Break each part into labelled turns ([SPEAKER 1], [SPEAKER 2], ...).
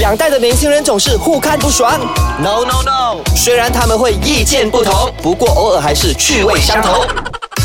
[SPEAKER 1] 两代的年轻人总是互看不爽。
[SPEAKER 2] No no no，
[SPEAKER 1] 虽然他们会意见不同，不过偶尔还是趣味相投。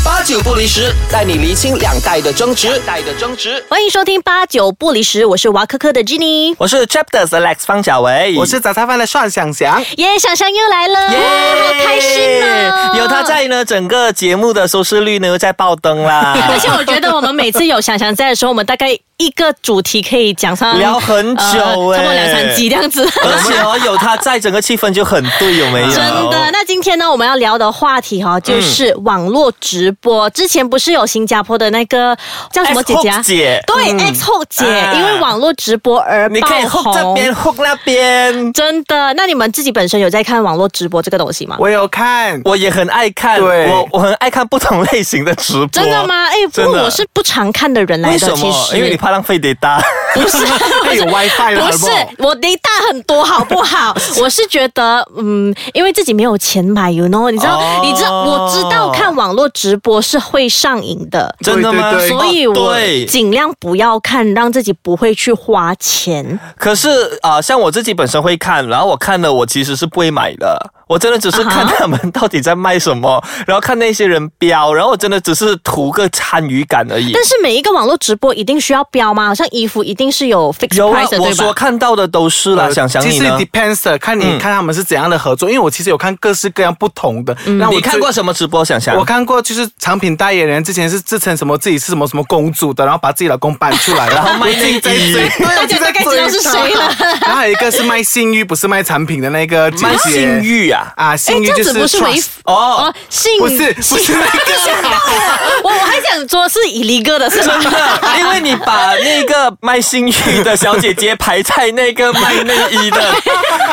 [SPEAKER 1] 八九不离十，带你厘清两代的争执。代的争执。
[SPEAKER 3] 欢迎收听八九不离十，我是娃科科的 Jenny，
[SPEAKER 2] 我是 Chapters Alex 方小维，
[SPEAKER 4] 我是早餐饭的蒜想想。
[SPEAKER 3] 耶，想想又来了，好开心哦！
[SPEAKER 2] 有他，在呢，整个节目的收视率呢又在爆灯 啦，
[SPEAKER 3] 而且我觉得我们每次有想想在的时候，我们大概一个主题可以讲上
[SPEAKER 2] 聊很久
[SPEAKER 3] 呃
[SPEAKER 2] 哎
[SPEAKER 3] 差不多两三集这样子。
[SPEAKER 2] 而且哦， 有他在，整个气氛就很对，有没有？
[SPEAKER 3] 真的，那今天呢，我们要聊的话题哈、哦，就是网络直播。之前不是有新加坡的那个叫什么姐姐啊
[SPEAKER 2] X-Hook 姐嗯
[SPEAKER 3] 对、X 后姐，
[SPEAKER 2] 啊
[SPEAKER 3] 因为网络直播而
[SPEAKER 2] 你
[SPEAKER 3] 爆
[SPEAKER 2] 可以 hook 这
[SPEAKER 3] 红。
[SPEAKER 2] 边 hook 那边，
[SPEAKER 3] 真的，那你们自己本身有在看网络直播这个东西吗？
[SPEAKER 4] 我有看，
[SPEAKER 2] 我也很爱看，
[SPEAKER 4] 对
[SPEAKER 2] 我我很爱看不同类型的直播。
[SPEAKER 3] 真的？ 吗？哎，不
[SPEAKER 2] 啊真
[SPEAKER 3] 过
[SPEAKER 2] 的
[SPEAKER 3] 我是不常看的人来
[SPEAKER 2] 为
[SPEAKER 3] 的，
[SPEAKER 2] 什
[SPEAKER 3] 其
[SPEAKER 2] 么？
[SPEAKER 3] 实
[SPEAKER 2] 因为你怕浪费 data。
[SPEAKER 3] 不是
[SPEAKER 4] 还有 WiFi 了，
[SPEAKER 3] 不是我 data 很多，好不 好？我是觉得，嗯，因为自己没有钱买，you know，你知道，
[SPEAKER 2] 哦
[SPEAKER 3] 你知道，我知道看网络直播是会上瘾的。
[SPEAKER 2] 真的吗？
[SPEAKER 4] 对对对
[SPEAKER 3] 所以我
[SPEAKER 2] 对
[SPEAKER 3] 尽量不要看，让自己不会去花钱。
[SPEAKER 2] 可是啊、呃像我自己本身会看，然后我看了，我其实是不会买的。我真的只是看
[SPEAKER 3] 啊哈
[SPEAKER 2] 他们到底在卖什么然后看那些人标，然后我真的只是图个参与感而已。
[SPEAKER 3] 但是每一个网络直播一定需要标吗？好像衣服一定是有 fixed
[SPEAKER 2] 有啊
[SPEAKER 3] price 的，
[SPEAKER 2] 我
[SPEAKER 3] 对
[SPEAKER 2] 所
[SPEAKER 3] 吧？哎
[SPEAKER 2] 看到的都是啦。想想
[SPEAKER 4] 呃其
[SPEAKER 2] 你
[SPEAKER 4] 实
[SPEAKER 2] 呢？
[SPEAKER 4] depends 的看你
[SPEAKER 2] 嗯
[SPEAKER 4] 看他们是怎样的合作，因为我其实有看各式各样不同的。
[SPEAKER 3] 嗯
[SPEAKER 4] 那我
[SPEAKER 2] 你看
[SPEAKER 4] 最
[SPEAKER 2] 过什么直播？想想
[SPEAKER 4] 我看过，就是产品代言人之前是自称什么自己是什么什么公主的，然后把自己老公搬出 来，然后
[SPEAKER 2] 卖内衣
[SPEAKER 4] 在追，
[SPEAKER 3] 大家大概知道是谁了。
[SPEAKER 4] 然后还有一个是卖信誉，不是卖产品的那个姐
[SPEAKER 2] 卖
[SPEAKER 4] 姐
[SPEAKER 2] 信誉啊。
[SPEAKER 4] 啊，
[SPEAKER 3] 哎，
[SPEAKER 4] 信誉
[SPEAKER 3] 这样
[SPEAKER 4] 就
[SPEAKER 3] 子不
[SPEAKER 4] 是
[SPEAKER 3] 是违
[SPEAKER 4] trust
[SPEAKER 2] 哦，
[SPEAKER 3] 哦，性
[SPEAKER 4] 不是不是那个
[SPEAKER 3] 我我还想说是 illegal 的是吧？
[SPEAKER 2] 那因为你把那个卖信誉的小姐姐排在那个卖内衣的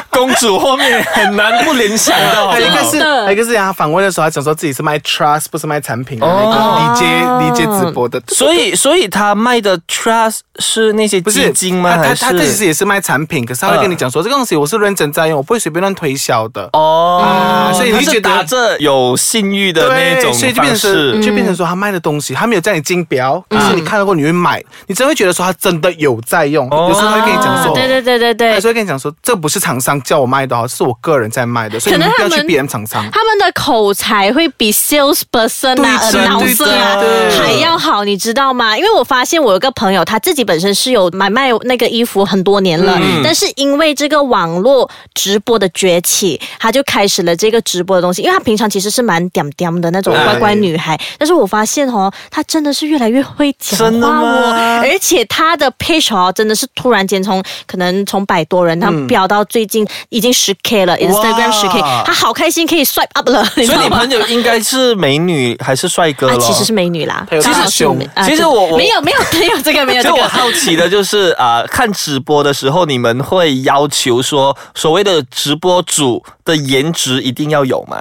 [SPEAKER 2] 公主后面，很难不联想 到。
[SPEAKER 4] 还有一个
[SPEAKER 3] 真
[SPEAKER 4] 哎是，
[SPEAKER 3] 的
[SPEAKER 4] 还有一个是他访问的时候，他讲说自己是卖 trust，不是卖产品的
[SPEAKER 2] 哦
[SPEAKER 4] 那个 DJ DJ 直播的，
[SPEAKER 2] 所以，所以他卖的 trust 是那些
[SPEAKER 4] 不
[SPEAKER 2] 基
[SPEAKER 4] 是嗯
[SPEAKER 2] 金吗？
[SPEAKER 4] 他
[SPEAKER 2] 还
[SPEAKER 4] 他
[SPEAKER 2] 是
[SPEAKER 4] 他其实也是卖产品，可是他会跟你讲说、这个东西我是认真在用，我不会随便乱推销的。
[SPEAKER 2] 哦、
[SPEAKER 4] 啊所以
[SPEAKER 2] 他
[SPEAKER 4] 你就是觉得
[SPEAKER 2] 打着有信誉的那
[SPEAKER 4] 对，
[SPEAKER 2] 种
[SPEAKER 4] 所以就
[SPEAKER 2] 方
[SPEAKER 4] 变成
[SPEAKER 2] 式。
[SPEAKER 4] 就变
[SPEAKER 3] 嗯
[SPEAKER 4] 成说他卖的东西，他没有叫你竞标，可是你看到过你会买，你真会觉得说他真的有在用。
[SPEAKER 2] 哦
[SPEAKER 4] 有时候他会跟你讲说，哎
[SPEAKER 3] 啊对对对对
[SPEAKER 4] 他
[SPEAKER 3] 对
[SPEAKER 4] 就。会跟你讲说这不是厂商叫我卖的哦，是我个人在卖的，所以
[SPEAKER 3] 可
[SPEAKER 4] 你
[SPEAKER 3] 能
[SPEAKER 4] 们不
[SPEAKER 3] 他
[SPEAKER 4] 要去
[SPEAKER 3] 们
[SPEAKER 4] 别人厂商。
[SPEAKER 3] 他们的口才会比 salesperson 啊、
[SPEAKER 4] 对真
[SPEAKER 3] announcer 啊
[SPEAKER 4] 对对
[SPEAKER 3] 还要好，你知道吗？因为我发现我有个朋友，他自己本身是有买卖那个衣服很多年了，
[SPEAKER 4] 嗯
[SPEAKER 3] 但是因为这个网络直播的崛起，他就开始了这个直播的东西。因为他平常其实是蛮嗲嗲的那种
[SPEAKER 4] 哎
[SPEAKER 2] 对
[SPEAKER 3] 乖乖女孩，但是我发现哦，她真的是越来越会讲话
[SPEAKER 2] 真的吗
[SPEAKER 3] 哦，而且她的 page 哦，真的是突然间从可能从百多人，她
[SPEAKER 4] 嗯
[SPEAKER 3] 飙到最近已经十 k 了，Instagram 十 k，她好开心可以 swipe up 了，你知
[SPEAKER 2] 所以
[SPEAKER 3] 道
[SPEAKER 2] 你
[SPEAKER 3] 吗
[SPEAKER 2] 朋？友应该是美女还是帅哥
[SPEAKER 3] 啊
[SPEAKER 2] 了？，
[SPEAKER 3] 其实是美女啦，
[SPEAKER 4] 她有
[SPEAKER 3] 刚好
[SPEAKER 4] 大
[SPEAKER 3] 是我们
[SPEAKER 4] 胸
[SPEAKER 3] 啊
[SPEAKER 2] 其实
[SPEAKER 3] 对
[SPEAKER 2] 我我
[SPEAKER 3] 没有没 有没有这个没哎有这
[SPEAKER 2] 就我
[SPEAKER 3] 个。
[SPEAKER 2] 好奇的就是 啊、看直播的时候，你们会要求说所谓的直播主的颜值一定要有吗？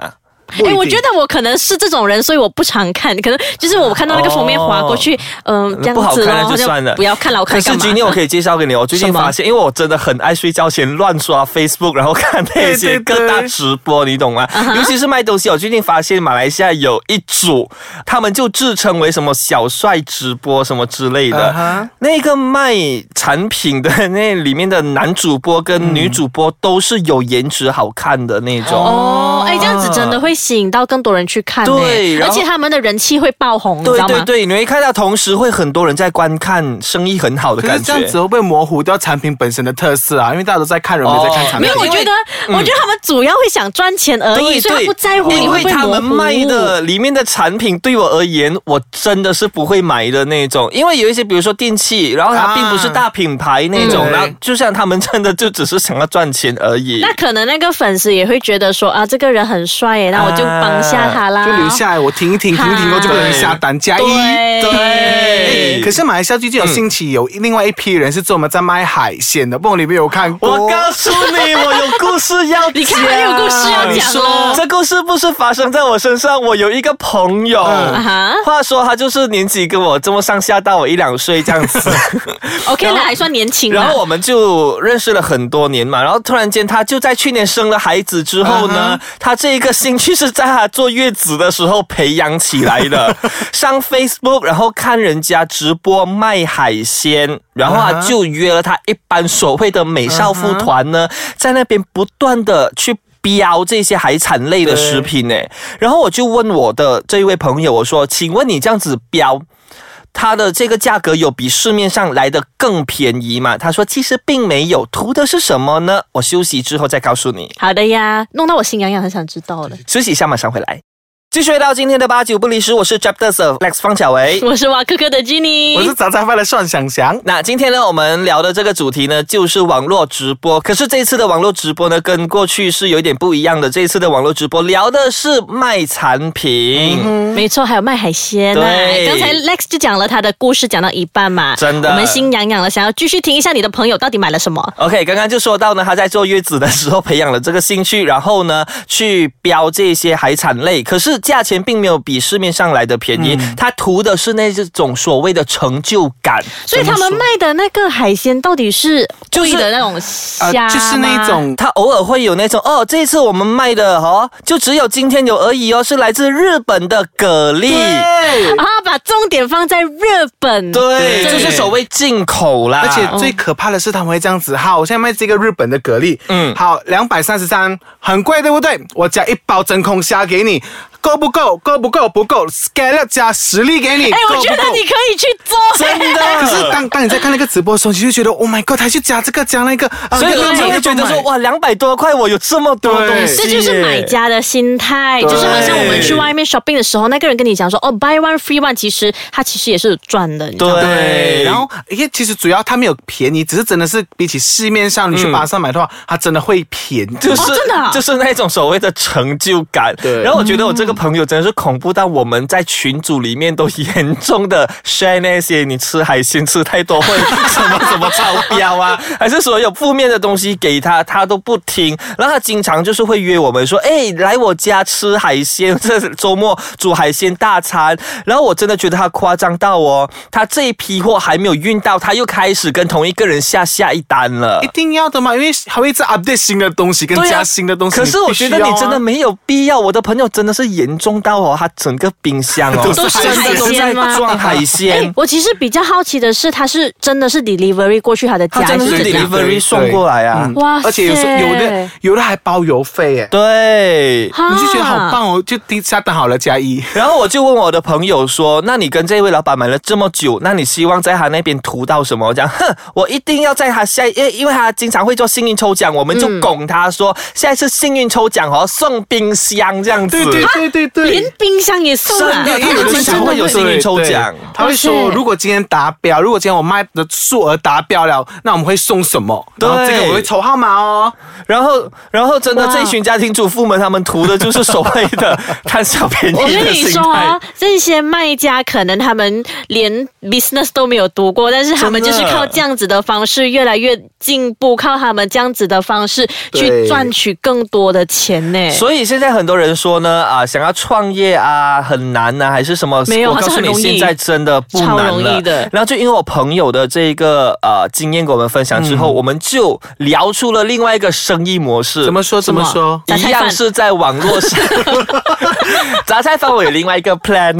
[SPEAKER 4] 不一
[SPEAKER 3] 哎，我
[SPEAKER 4] 定
[SPEAKER 3] 觉得我可能是这种人，所以我不常看，可能就是我看到那个封面划过去，嗯，这
[SPEAKER 2] 不
[SPEAKER 3] 样
[SPEAKER 2] 好
[SPEAKER 3] 子
[SPEAKER 2] 看
[SPEAKER 3] 咯，
[SPEAKER 2] 那就算了，
[SPEAKER 3] 不要看了，我看
[SPEAKER 2] 可
[SPEAKER 3] 干
[SPEAKER 2] 是
[SPEAKER 3] 嘛？
[SPEAKER 2] 今天我可以介绍给你，我最近
[SPEAKER 3] 什么
[SPEAKER 2] 发现，因为我真的很爱睡觉前乱刷 Facebook，然后看那些
[SPEAKER 4] 对对对
[SPEAKER 2] 各大直播，你懂吗？
[SPEAKER 3] 啊
[SPEAKER 2] 尤其是卖东西，我哦最近发现马来西亚有一组，他们就自称为什么小帅直播什么之类的
[SPEAKER 4] 啊哈
[SPEAKER 2] 那个卖产品的 那里面的男主播跟女主播都是有颜值好看的那种。
[SPEAKER 3] 哦，哎，这样子真的会吸引到更多人去看呢，
[SPEAKER 2] 对然
[SPEAKER 3] 而
[SPEAKER 2] 后
[SPEAKER 3] 且他们的人气会爆红，你知
[SPEAKER 2] 对
[SPEAKER 3] 道
[SPEAKER 2] 对
[SPEAKER 3] 吗？
[SPEAKER 2] 对，你会看到，同时会很多人在观看，生意很好的
[SPEAKER 4] 可
[SPEAKER 2] 感
[SPEAKER 4] 是
[SPEAKER 2] 觉。
[SPEAKER 4] 这样子会不会模糊掉产品本身的特色啊？因为大家都在看
[SPEAKER 2] 哦
[SPEAKER 4] 人，没在看产品。
[SPEAKER 3] 没有，我觉得，我觉得他们主要会想赚钱而已，
[SPEAKER 2] 对
[SPEAKER 3] 所以他
[SPEAKER 2] 对，
[SPEAKER 3] 不在乎你
[SPEAKER 2] 因
[SPEAKER 3] 会
[SPEAKER 2] 为
[SPEAKER 3] 不会
[SPEAKER 2] 他
[SPEAKER 3] 模
[SPEAKER 2] 们
[SPEAKER 3] 糊
[SPEAKER 2] 卖的里面的产品对我而言，我真的是不会买的那种。因为有一些，比如说电器，然后它
[SPEAKER 4] 啊
[SPEAKER 2] 并不是大品牌那种，
[SPEAKER 4] 嗯
[SPEAKER 2] 然后就像他们真的就只是想要赚钱而已。
[SPEAKER 3] 那可能那个粉丝也会觉得说啊，这个人很帅耶，那我就帮下他啦，
[SPEAKER 4] 啊就留下来，我停一停，停一停，我就不能下单加一。
[SPEAKER 3] 啊对
[SPEAKER 2] 对，
[SPEAKER 4] 可是马来西亚最近有兴起有另外一批人是专门在卖海鲜的，不过你没有看过。
[SPEAKER 2] 我告诉你，我有故事要讲。哦
[SPEAKER 3] 你看还有故事要
[SPEAKER 2] 你
[SPEAKER 3] 讲哦
[SPEAKER 2] 说
[SPEAKER 3] 了
[SPEAKER 2] 这故事不是发生在我身上，我有一个朋友，
[SPEAKER 3] 啊哈
[SPEAKER 2] 话说他就是年纪跟我这么上下，大我一两岁这样子。
[SPEAKER 3] ，OK，那还算年轻啊啦。
[SPEAKER 2] 然后我们就认识了很多年嘛，然后突然间他就在去年生了孩子之后呢，他这一个兴趣是在她坐月子的时候培养起来的。上 Facebook，然后看人家直播卖海鲜，然后啊
[SPEAKER 4] 啊
[SPEAKER 2] 就约了她一般所谓的美少妇团呢，在那边不断的去。标这些海产类的食品呢，然后我就问我的这一位朋友，我说：“请问你这样子标，它的这个价格有比市面上来的更便宜吗？他说其实并没有，图的是什么呢？我休息之后再告诉你。
[SPEAKER 3] 好的呀，弄到我心痒痒，很想知道 了。
[SPEAKER 2] 休息一下，马上回来。继续回到今天的八九不离十，我是 j a p t e r Lex 方小维。
[SPEAKER 3] 我是挖科科的
[SPEAKER 4] 我是
[SPEAKER 3] Jenny，
[SPEAKER 4] 杂菜饭的蒜想想。
[SPEAKER 2] 那今天呢，我们聊的这个主题呢，就是网络直播。可是这次的网络直播呢，跟过去是有一点不一样的。这次的网络直播聊的是卖产品，
[SPEAKER 3] 没错，还有卖海鲜啊
[SPEAKER 2] 对
[SPEAKER 3] 刚才 Lex 就讲了他的故事，讲到一半嘛，
[SPEAKER 2] 真的
[SPEAKER 3] 我们心痒痒了，想要继续听一下你的朋友到底买了什么。
[SPEAKER 2] OK，刚刚就说到呢，他在坐月子的时候培养了这个兴趣，然后呢去标这些海产类，可是价钱并没有比市面上来的便宜，他图的是那种所谓的成就感。
[SPEAKER 3] 所以他们卖的那个海鲜到底是
[SPEAKER 2] 就是
[SPEAKER 3] 贵的那种
[SPEAKER 4] 呃
[SPEAKER 3] 虾、，
[SPEAKER 4] 就是那。种
[SPEAKER 2] 他偶尔会有那种哦，这次我们卖的哦，就只有今天有而已哦，是来自日本的蛤蜊。
[SPEAKER 3] 啊，把重点放在日本。
[SPEAKER 4] 对
[SPEAKER 2] 对，就是所谓进口啦。
[SPEAKER 4] 而且最可怕的是，他们会这样子。好，我现在卖这个日本的蛤蜊，
[SPEAKER 2] 嗯
[SPEAKER 4] 嗯，好，两百三十三，很贵，对不对？我加一包真空虾给你，够不够？够不够？不够，scale 加实力给你，
[SPEAKER 3] 哎，我
[SPEAKER 4] 够
[SPEAKER 3] 觉
[SPEAKER 4] 不
[SPEAKER 3] 得
[SPEAKER 4] 够
[SPEAKER 3] 你？可以去做。
[SPEAKER 2] 真的，
[SPEAKER 4] 可是当当你在看那个直播的时候，你就觉得 Oh my God，他去加这个加那个，啊
[SPEAKER 2] 所以
[SPEAKER 4] 那个
[SPEAKER 2] 你就
[SPEAKER 4] 那
[SPEAKER 2] 会
[SPEAKER 4] 个
[SPEAKER 2] 觉得说
[SPEAKER 4] 买
[SPEAKER 2] 哇，两百多块我有这么多
[SPEAKER 4] 对
[SPEAKER 2] 东西耶，
[SPEAKER 3] 这就是买家的心态，
[SPEAKER 4] 对
[SPEAKER 3] 就是好像我们去外面 shopping 的时候，那个人跟你讲说，哦，buy one free one，其实他其实也是有赚的，你知道吗？
[SPEAKER 2] 对，
[SPEAKER 4] 然后，因为其实主要它没有便宜，只是真的是比起市面上你去巴上买的话，它真的会便宜。
[SPEAKER 2] 嗯就是、
[SPEAKER 3] 哦真的啊
[SPEAKER 2] 就是那种所谓的成就感。
[SPEAKER 4] 对
[SPEAKER 2] 然后我觉得我这个朋友真的是恐怖到我们在群组里面都严重的 share 那些你吃海鲜吃太多会什么什么超标啊， 还是所有负面的东西给他，他都不听。然后他经常就是会约我们说，哎，来我家吃海鲜，这周末煮海鲜大餐。然后我真的觉得他夸张到哦，他这一批货还没有运到，他又开始跟同一个人下下一单了
[SPEAKER 4] 一。定要的嘛，因为还会一直 update 新的东西跟
[SPEAKER 2] 对啊
[SPEAKER 4] 加新的东西。
[SPEAKER 2] 可是我觉得你
[SPEAKER 4] 必须
[SPEAKER 2] 真的
[SPEAKER 4] 要啊
[SPEAKER 2] 没有必要，我的朋友真的是严重到哦，他整个冰箱 哦
[SPEAKER 3] 都是
[SPEAKER 2] 真的
[SPEAKER 3] 海
[SPEAKER 2] 都在
[SPEAKER 3] 鲜吗
[SPEAKER 2] 装海
[SPEAKER 3] 哎
[SPEAKER 2] 鲜，。
[SPEAKER 3] 我其实比较好奇的是，他是真的是 delivery 过去他的
[SPEAKER 2] 他
[SPEAKER 3] 家，
[SPEAKER 2] 真的
[SPEAKER 3] 还
[SPEAKER 2] 是
[SPEAKER 3] 怎样
[SPEAKER 2] delivery 送过来啊
[SPEAKER 4] 嗯，
[SPEAKER 3] 哇塞
[SPEAKER 4] 而且有时候有的有的还包邮费哎，
[SPEAKER 2] 对。
[SPEAKER 3] 哈
[SPEAKER 4] 你就觉得好棒哦，就订下单好了加一。
[SPEAKER 2] 然后我就问我的朋友说：“那你跟这位老板买了这么久，那你希望在他那边图到什么？”我讲，哼，我一定要在他下，因为因为他经常会做幸运抽奖，我们就
[SPEAKER 4] 嗯
[SPEAKER 2] 拱他说，下一次幸运抽奖哦，送冰箱这样子。
[SPEAKER 4] 对对对对对
[SPEAKER 3] 连。冰箱也送啊
[SPEAKER 2] 真的，他们经常会有幸运抽奖。
[SPEAKER 4] 对他会说
[SPEAKER 2] 哦
[SPEAKER 3] 哇塞
[SPEAKER 4] 如果今天达标，如果今天我卖的数额达标了，那我们会送什么？
[SPEAKER 2] 对
[SPEAKER 4] 然后这个我会抽号码哦。
[SPEAKER 2] 然后，然后真的
[SPEAKER 3] 哇
[SPEAKER 2] 这一群家庭主妇们，他们图的就是所谓的 贪小便宜
[SPEAKER 3] 我跟
[SPEAKER 2] 的
[SPEAKER 3] 你
[SPEAKER 2] 心
[SPEAKER 3] 说
[SPEAKER 2] 态
[SPEAKER 3] 啊。，这些卖家可能他们连 business 都没有读过，但是他们
[SPEAKER 2] 真
[SPEAKER 3] 就
[SPEAKER 2] 的
[SPEAKER 3] 是靠这样子的方式越来越进步，靠他们这样子的方式去
[SPEAKER 4] 对
[SPEAKER 3] 赚取更多的钱呢。
[SPEAKER 2] 所以现在很多人说呢，啊，想要创业啊，很难呐、还是什么？
[SPEAKER 3] 没有
[SPEAKER 2] 我告
[SPEAKER 3] 好
[SPEAKER 2] 诉
[SPEAKER 3] 像
[SPEAKER 2] 你，
[SPEAKER 3] 很容易
[SPEAKER 2] 现在真的不难了。
[SPEAKER 3] 超容易的
[SPEAKER 2] 然后就因为我朋友的这个呃经验跟我们分享之
[SPEAKER 3] 嗯
[SPEAKER 2] 后，我们就聊出了另外一个生意模式。
[SPEAKER 4] 怎么说？怎
[SPEAKER 3] 什
[SPEAKER 4] 么
[SPEAKER 3] 么
[SPEAKER 4] 说？
[SPEAKER 3] 杂
[SPEAKER 2] 一
[SPEAKER 3] 菜
[SPEAKER 2] 样
[SPEAKER 3] 饭
[SPEAKER 2] 是在网络 上，杂菜饭我有另外一个 plan，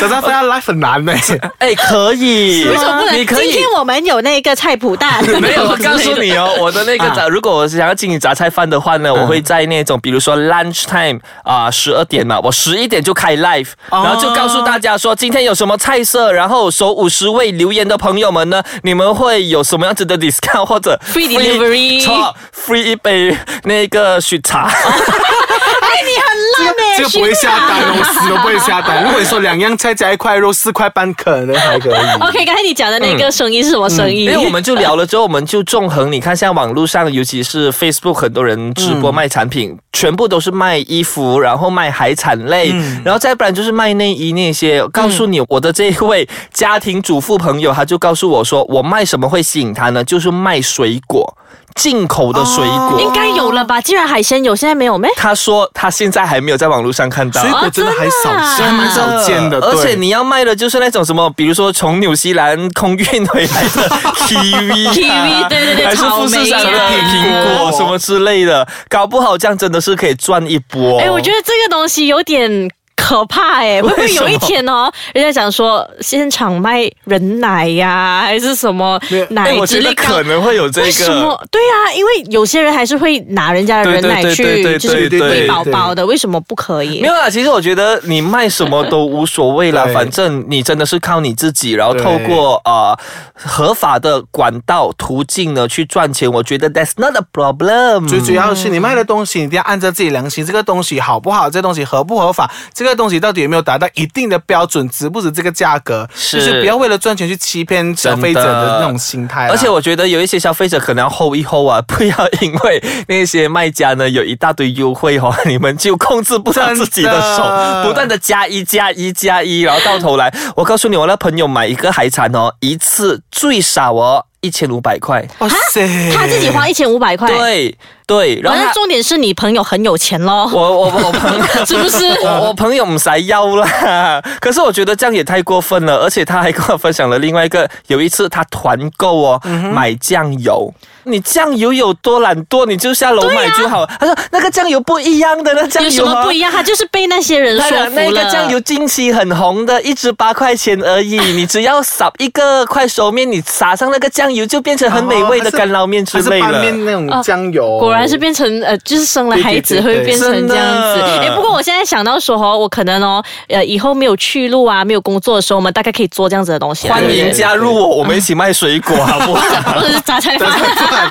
[SPEAKER 4] 早上非要 life 很难呢、
[SPEAKER 2] 哎，可以，
[SPEAKER 3] 为什么不能？
[SPEAKER 2] 你可以
[SPEAKER 3] 今天我们有那个菜谱蛋，
[SPEAKER 2] 没有，我告诉你哦，我的那个杂，如果我想要经营杂菜饭的话呢，我会在那种比如说 lunch time 啊，十二点嘛，我十一点就开 live，
[SPEAKER 4] 哦
[SPEAKER 2] 然后就告诉大家说今天有什么菜色，然后首五十位留言的朋友们呢，你们会有什么样子的 discount 或者
[SPEAKER 3] Free delivery
[SPEAKER 2] 错，free 一杯那个雪茶。
[SPEAKER 3] 哎，你很烂呢，
[SPEAKER 4] 这个不会下单
[SPEAKER 2] 啊
[SPEAKER 4] 哦，我死都不会下单。如果你说两样菜加一块肉四块半，可能还可以。
[SPEAKER 2] 嗯
[SPEAKER 3] OK，刚才你讲的那个生意是什么生意？
[SPEAKER 2] 因嗯为我们就聊了之后，我们就纵横。你看，现在网络上，尤其是 Facebook，很多人直
[SPEAKER 4] 嗯
[SPEAKER 2] 播卖产品，全部都是卖衣服，然后卖海产类，
[SPEAKER 4] 嗯
[SPEAKER 2] 然后再不然就是卖内衣那些。告诉你，我的这一位家庭主妇朋友，他就告诉我说，我卖什么会吸引他呢？就是卖水果。进口的水果。
[SPEAKER 4] 哦
[SPEAKER 3] 应该有了吧？既然海鲜有，现在没有咩？
[SPEAKER 2] 他说他现在还没有在网络上看到
[SPEAKER 4] 水。果真的还少
[SPEAKER 3] 啊
[SPEAKER 4] 见，
[SPEAKER 3] 真的
[SPEAKER 4] 蛮少见的。
[SPEAKER 2] 而且
[SPEAKER 4] 对
[SPEAKER 2] 你要卖的就是那种什么，比如说从纽西兰空运回来 的 kiwi 啊、
[SPEAKER 3] kiwi，对对对
[SPEAKER 2] 还是富士山
[SPEAKER 3] 草
[SPEAKER 2] 的
[SPEAKER 3] 莓啊
[SPEAKER 2] 苹果什么之类的，搞不好这样真的是可以赚一波。
[SPEAKER 3] 哎、我觉得这个东西有点。可怕哎、会不会有一天哦？人家讲说现场卖人奶呀、还是什么奶
[SPEAKER 2] 哎我
[SPEAKER 3] 之
[SPEAKER 2] 觉
[SPEAKER 3] 类
[SPEAKER 2] 得
[SPEAKER 3] 的？
[SPEAKER 2] 可能会有这
[SPEAKER 3] 为什
[SPEAKER 2] 个。
[SPEAKER 3] 么？对啊，因为有些人还是会拿人家的人奶
[SPEAKER 2] 对对对
[SPEAKER 3] 去，
[SPEAKER 2] 对对
[SPEAKER 3] 就是
[SPEAKER 2] 对
[SPEAKER 3] 喂
[SPEAKER 2] 对
[SPEAKER 3] 宝宝的，为什么不可以
[SPEAKER 2] 没？有啦，其实我觉得你卖什么都无所谓啦，
[SPEAKER 4] 对
[SPEAKER 2] 反正你真的是靠你自己，然后
[SPEAKER 4] 对
[SPEAKER 2] 透过啊、呃合法的管道途径呢去赚钱，我觉得 that's not a problem。
[SPEAKER 4] 最主要是你卖的东西，你一定要按照自己良心，这个东西好不好，这东西合不合法，这个东西到底有没有达到一定的标准，值不值这个价格，
[SPEAKER 2] 是
[SPEAKER 4] 就是不要为了赚钱去欺骗消费者的那种心态啦。
[SPEAKER 2] 而且我觉得有一些消费者可能要 hold 一 hold 啊， 不要因为那些卖家呢有一大堆优惠哦， 你们就控制不了自己的手，
[SPEAKER 4] 真的
[SPEAKER 2] 不断的加一加一加一，然后到头来， 我告诉你，我那朋友买一个海产哦，一次最少哦一千五百块，
[SPEAKER 4] 哇塞
[SPEAKER 3] 啊他自己花一千五百块，
[SPEAKER 2] 对对，
[SPEAKER 3] 反
[SPEAKER 2] 然后
[SPEAKER 3] 正
[SPEAKER 2] 他
[SPEAKER 3] 重点是你朋友很有钱咯，
[SPEAKER 2] 我我我朋友。
[SPEAKER 3] 是不是？
[SPEAKER 2] 我我朋友唔使要啦， 可是我觉得这样也太过分了，而且他还跟我分享了另外一个，有一次他团购哦，
[SPEAKER 3] 嗯
[SPEAKER 2] 买酱油，你酱油有多懒惰，你就下楼买就好。他说那个酱油不一样的，那酱
[SPEAKER 3] 啊有什
[SPEAKER 2] 油、
[SPEAKER 3] 么
[SPEAKER 2] 啊、
[SPEAKER 3] 不一样？他就是被那些人
[SPEAKER 2] 那
[SPEAKER 3] 说
[SPEAKER 2] 个
[SPEAKER 3] 服了。
[SPEAKER 2] 那个酱油近期很红的，一支八块钱 而已。你只要撒一个快熟面，你撒上那个酱油，就变成很美味
[SPEAKER 3] 哦
[SPEAKER 2] 的干捞面之类
[SPEAKER 4] 哦还是拌
[SPEAKER 2] 了。
[SPEAKER 4] 面那种酱油，
[SPEAKER 3] 啊果然是变成呃，就是生了孩子
[SPEAKER 4] 对对对
[SPEAKER 3] 会变成这样子。
[SPEAKER 2] 真的
[SPEAKER 3] 哎、不过我现在想到说哦，我可能哦，呃，以后没有去路啊，没有工作的时候，我们大概可以做这样子的东西啊。
[SPEAKER 2] 欢迎
[SPEAKER 3] 对
[SPEAKER 2] 加入我，我们一起卖水果，好 不好？
[SPEAKER 3] 或者是榨菜饭。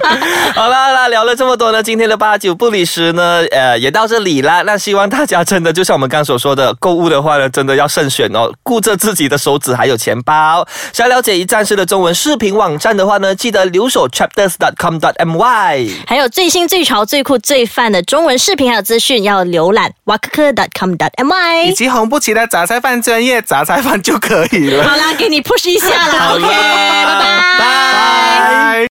[SPEAKER 2] 好啦好啦，聊了这么多呢，今天的八九不离十呢，呃，也到这里啦。那希望大家真的就像我们刚刚所说的，购物的话呢，真的要慎选哦，顾着自己的手指还有钱包。想了解一站式的中文视频网站的话呢，记得留守 chapters.com.my。
[SPEAKER 3] 还有最新、最潮、最酷、最范的中文视频还有资讯，要浏览 w a k e k c o m my
[SPEAKER 4] 以。及红不起的杂菜饭专业杂菜饭就可以了。
[SPEAKER 3] 好啦，给你 push 一下啦，OK，拜拜。
[SPEAKER 4] 拜。